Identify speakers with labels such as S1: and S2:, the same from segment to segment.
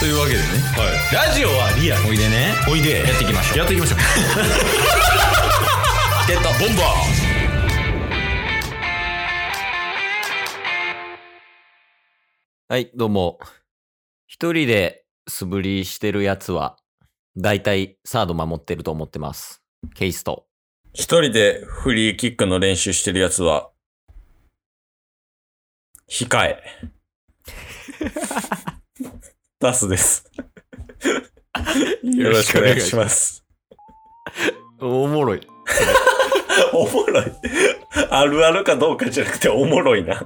S1: というわけでね
S2: はい。ラジオはリアル。
S1: おいでね
S2: おいで。
S1: やっていきましょう
S2: やっていきましょう。
S1: ゲットボンバーはいどうも一人で素振りしてるやつは大体サード守ってると思ってますケイスト
S3: 一人でフリーキックの練習してるやつは、控 え。ダスです。よろしくお願いします。
S1: おもろい
S3: おもろい。あるあるかどうかじゃなくておもろいな。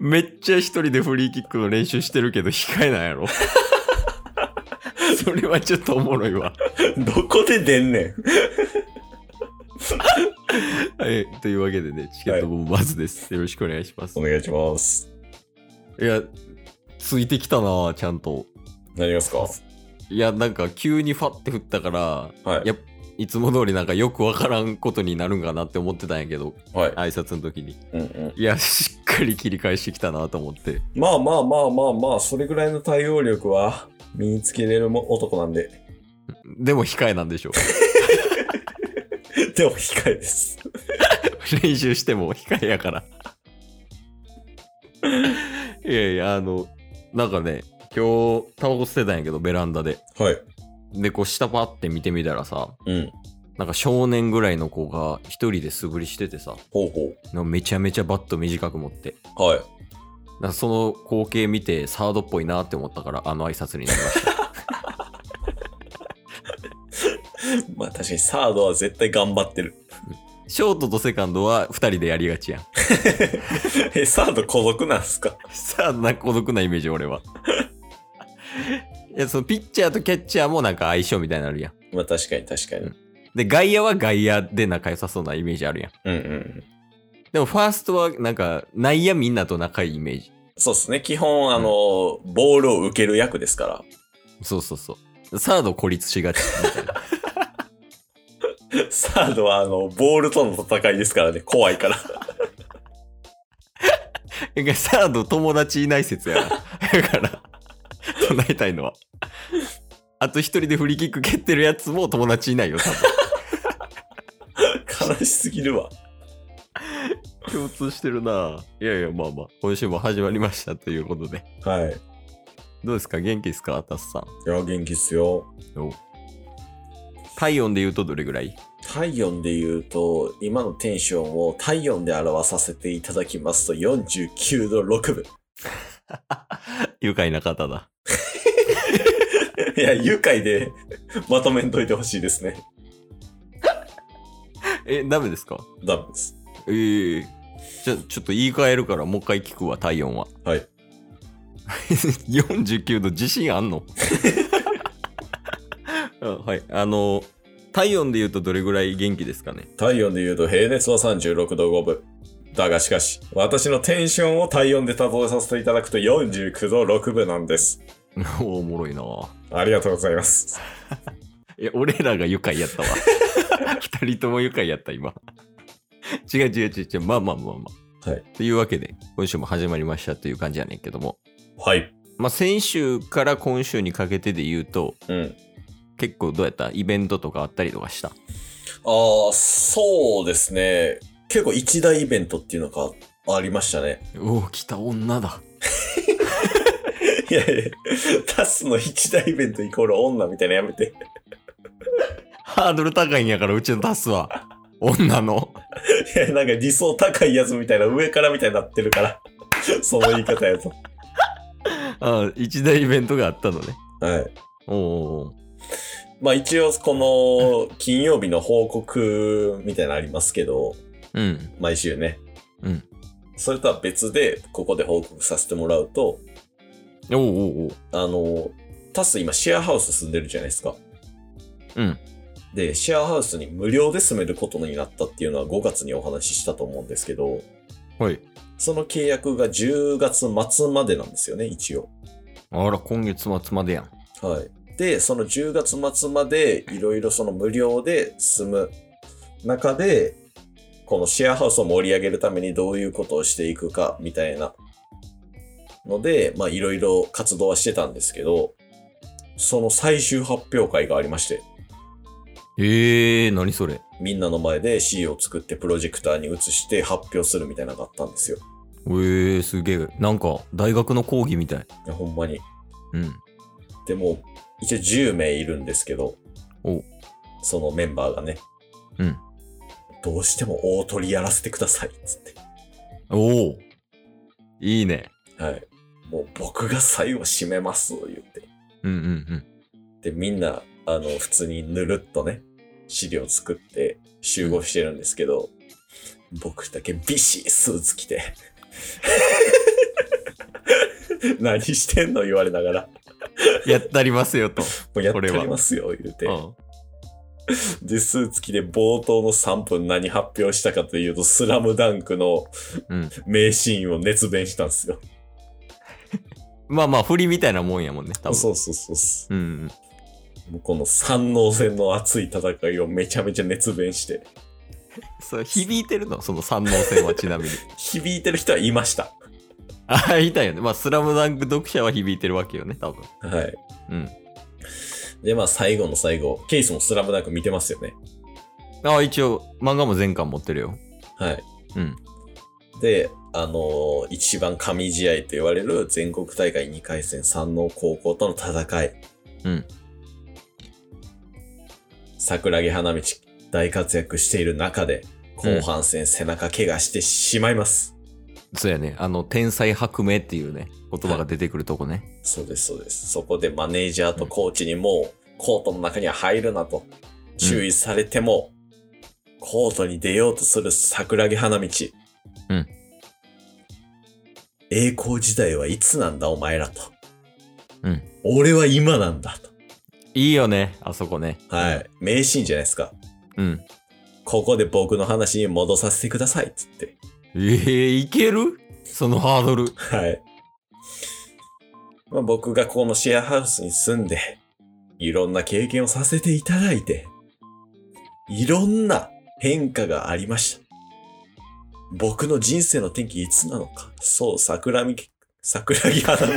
S1: めっちゃ一人でフリーキックの練習してるけど控えないやろ それはちょっとおもろいわ
S3: どこで出んねん。
S1: はいというわけでねチケットボンバーズです、よろしくお願いします
S3: お願いします。
S1: いやついてきたなちゃんと
S3: 何ですか
S1: いやなんか急にファって振ったから
S3: はい。
S1: やいつも通りなんかよくわからんことになるんかなって思ってたんやけど
S3: はい。
S1: 挨拶の時に
S3: うんうん、
S1: いやしっかり切り返してきたなと思って
S3: まあまあまあまあまあ、それぐらいの対応力は身につけれるも男なんで。
S1: でも控えなんでしょう
S3: でも控えです。
S1: 練習しても控えやから いやいやあのなんかね今日タバコ捨てたんやけどベランダで
S3: はい。
S1: でこう下パって見てみたらさ
S3: うん。
S1: なんか少年ぐらいの子が一人で素振りしててさ
S3: ほうほ
S1: なんかめちゃめちゃバット短く持って
S3: う。はい。
S1: なんかその光景見てサードっぽいなって思ったからあの挨拶になりました
S3: まあ確かにサードは絶対頑張ってる。
S1: ショートとセカンドは2人でやりがちやん
S3: え、サード孤独なんすか
S1: さあなんか孤独なイメージ俺は いやそのピッチャーとキャッチャーもなんか相性みたいになのあるやん
S3: まあ確かに確かに。
S1: で外野は外野で仲良さそうなイメージあるや
S3: う
S1: ん
S3: んうん。
S1: でもファーストはなんか内野みんなと仲いいイメージ
S3: そうですね。基本、あの、ボールを受ける役ですか
S1: そうそうそうサード孤立しがちみたいな
S3: ら。サードは、あの、ボールとの戦いですからね。怖いから。
S1: なん かサード友達いない説やな。だから、唱えたいのは。あと一人でフリーキック蹴ってるやつも友達いないよ、多
S3: 悲しすぎるわ。
S1: 分。共通してるないやいや、まあまあ、今週も始まりましたということで。
S3: はい。
S1: どうですか元気ですかタスさん。
S3: いや、元気っすよ。
S1: 体温で言うとどれぐらい
S3: 体温で言うと、今のテンションを体温で表させていただきますと、49度6分。
S1: 愉快な方だ。
S3: いや、愉快でまとめんといてほしいですね。
S1: え、ダメですか
S3: ダメです。
S1: ええじゃあ、ちょっと言い換えるから、もう一回聞くわ、体温は。
S3: はい。
S1: 49度自信あんの あはいあの体温で言うとどれぐらい元気ですかね
S3: 体温で言うと平熱は36度5分。だがしかし、私のテンションを体温で例えさせていただくと49度6分なんです。
S1: おおもろいな
S3: ありがとうございます。
S1: え俺らが愉快やったわ 二人とも愉快やった今違う違う違う違うまあまあまあまあ
S3: はい
S1: というわけで今週も始まりましたという感じやねんけども
S3: はい。
S1: まあ先週から今週にかけてで言うと
S3: うん。
S1: 結構どうやったイベントとかあったりとかした
S3: ああ、そうですね。結構一大イベントっていうのがありましたね。
S1: おお来た女だ
S3: いやいや、タスの一大イベントイコール女みたいなのやめて。
S1: ハードル高いんやからうちの出すわ 女の
S3: いや、なんか理想高いやつみたいな上からみたいになってるから。 その言い方やと。
S1: あ一大イベントがあったのね。
S3: はい。
S1: おお
S3: まあ一応この金曜日の報告みたいなのありますけど、
S1: ー。うん。
S3: 毎週ね。
S1: うん。
S3: それとは別で、ここで報告させてもらうと、
S1: おーおーおー
S3: あの、タス今シェアハウス住んでるじゃないですか。
S1: うん。
S3: で、シェアハウスに無料で住めることになったっていうのは5月にお話ししたと思うんですけど、
S1: はい。
S3: その契約が10月末までなんですよね、一応。
S1: あら、今月末までやん。
S3: はい。で、その10月末までいろいろその無料で住む中で、このシェアハウスを盛り上げるためにどういうことをしていくかみたいなので、まあいろいろ活動はしてたんですけど、その最終発表会がありまして、
S1: ええー、何それ。
S3: みんなの前で C を作ってプロジェクターに移して発表するみたいなのがあったんですよ。
S1: ええー、すげえ。なんか、大学の講義みたい。
S3: いやほんまに。
S1: うん。
S3: でも、一応10名いるんですけど、
S1: お
S3: そのメンバーがね、
S1: うん。
S3: どうしても大鳥やらせてください、つって。
S1: おお。いいね。
S3: はい。もう僕が最後締めます、言って。
S1: うんうん
S3: で、みんな、あの、普通にぬるっとね、資料作って集合してるんですけど、僕だけビシースーツ着て、 何してんの言われながら、も
S1: うん。やったりますよと。
S3: うやっ
S1: こ
S3: て
S1: れは
S3: りますよ、言うて
S1: う。ん。
S3: で、スーツ着て冒頭の3分何発表したかというと、スラムダンクの
S1: うん
S3: 名シーンを熱弁したんですよ。
S1: まあまあ、振りみたいなもんやもんね、多分。
S3: そうそうそうそう。
S1: うんうん。
S3: もうこの三能戦の熱い戦いをめちゃめちゃ熱弁して、
S1: そう響いてるのその三能線はちなみに。
S3: 響いてる人はいました。
S1: ああ、いたよね。まあ、スラムダンク読者は響いてるわけよね、多分。
S3: はい。
S1: うん。
S3: で、まあ最後の最後、ケイスもスラムダンク見てますよね。
S1: ああ、一応、漫画も全巻持ってるよ。
S3: はい。
S1: うん。
S3: で、あのー一番神試合と言われる全国大会2回戦三能高校との戦い。
S1: うん。
S3: 桜木花道、大活躍している中で、後半戦背中怪我してしまいます。
S1: そうやね。あの、天才白明っていうね、言葉が出てくるとこね。
S3: そうです、そうです。そこでマネージャーとコーチにもう、コートの中には入るなと注意されても、コートに出ようとする桜木花道。
S1: うん。
S3: 栄光時代はいつなんだ、お前らと。
S1: うん。
S3: 俺は今なんだと。
S1: いいよね、あそこね。
S3: はい。名シーンじゃないですか。
S1: うん。
S3: ここで僕の話に戻させてください、つって。
S1: ええいけるそのハードル。
S3: はい。まあ、僕がこのシェアハウスに住んで、いろんな経験をさせていただいて、いろんな変化がありました。僕の人生の転機いつなのか。そう、桜み、桜木花 道。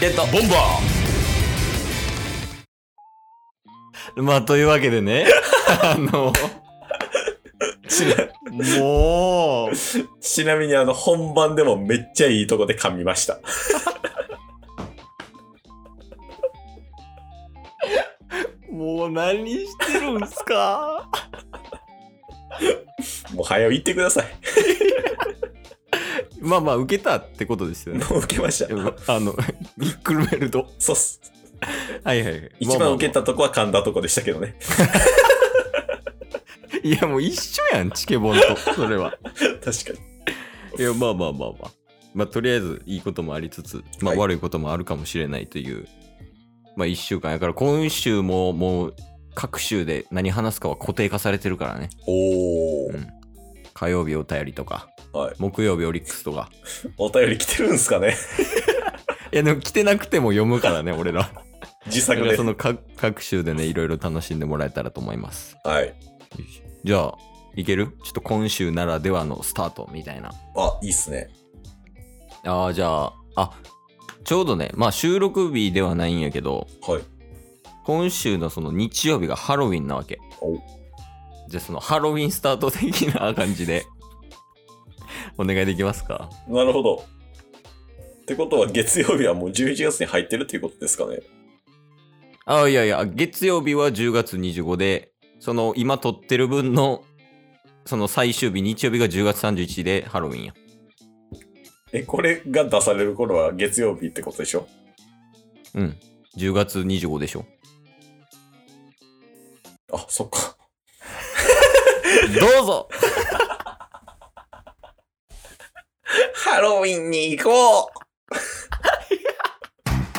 S1: ゲット
S2: ボンバ
S1: まあ、というわけでね。 あの、
S3: ちな
S1: もう、
S3: ちなみにあの本番でもめっちゃいいとこで噛みました。
S1: もう何してるんすか
S3: もう早う言ってください。
S1: まあまあ、受けたってことです よね。
S3: もう受けました。
S1: あの、ビックルベルト。
S3: そうっす。
S1: はいはいはい。
S3: 一
S1: ま
S3: 番
S1: あまあまあ
S3: 受けたとこは噛んだとこでしたけどね。
S1: いや、もう一緒やん、チケボンと。それは。
S3: 確かに。
S1: いや、まあまあまあまあ。まあ、とりあえず、いいこともありつつ、ま
S3: は
S1: あ、
S3: い
S1: 悪いこともあるかもしれないという、まあ、一週間やから、今週も、もう、各週で何話すかは固定化されてるからね。
S3: お
S1: う
S3: ー。
S1: ん火曜日お便りとか、
S3: はい。
S1: 木曜日オリックスとか。
S3: お便り来てるんすかね
S1: いや、でも来てなくても読むからね、俺ら。
S3: 自
S1: だ
S3: 作
S1: から
S3: で
S1: そ。の各各週でね、いろいろ楽しんでもらえたらと思います。
S3: はい。
S1: じゃあ、いけるちょっと今週ならではのスタートみたいな。
S3: あ、いいっすね。
S1: ああ、じゃあ、あ、ちょうどね、まあ収録日ではないんやけど、
S3: はい。
S1: 今週のその日曜日がハロウィンなわけ。
S3: お
S1: じゃあそのハロウィンスタート的な感じで、 お願いできますか
S3: なるほど。ってことは月曜日はもう11月に入ってるっていうことですかね。
S1: ああ、いやいや、月曜日は10月25で、その今撮ってる分の、その最終日、日曜日が10月31でハロウィンや。
S3: え、これが出される頃は月曜日ってことでしょ
S1: うん。10月25でしょ。
S3: あ、そっか。
S1: どうぞ
S3: ハロウィンに行こう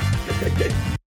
S2: す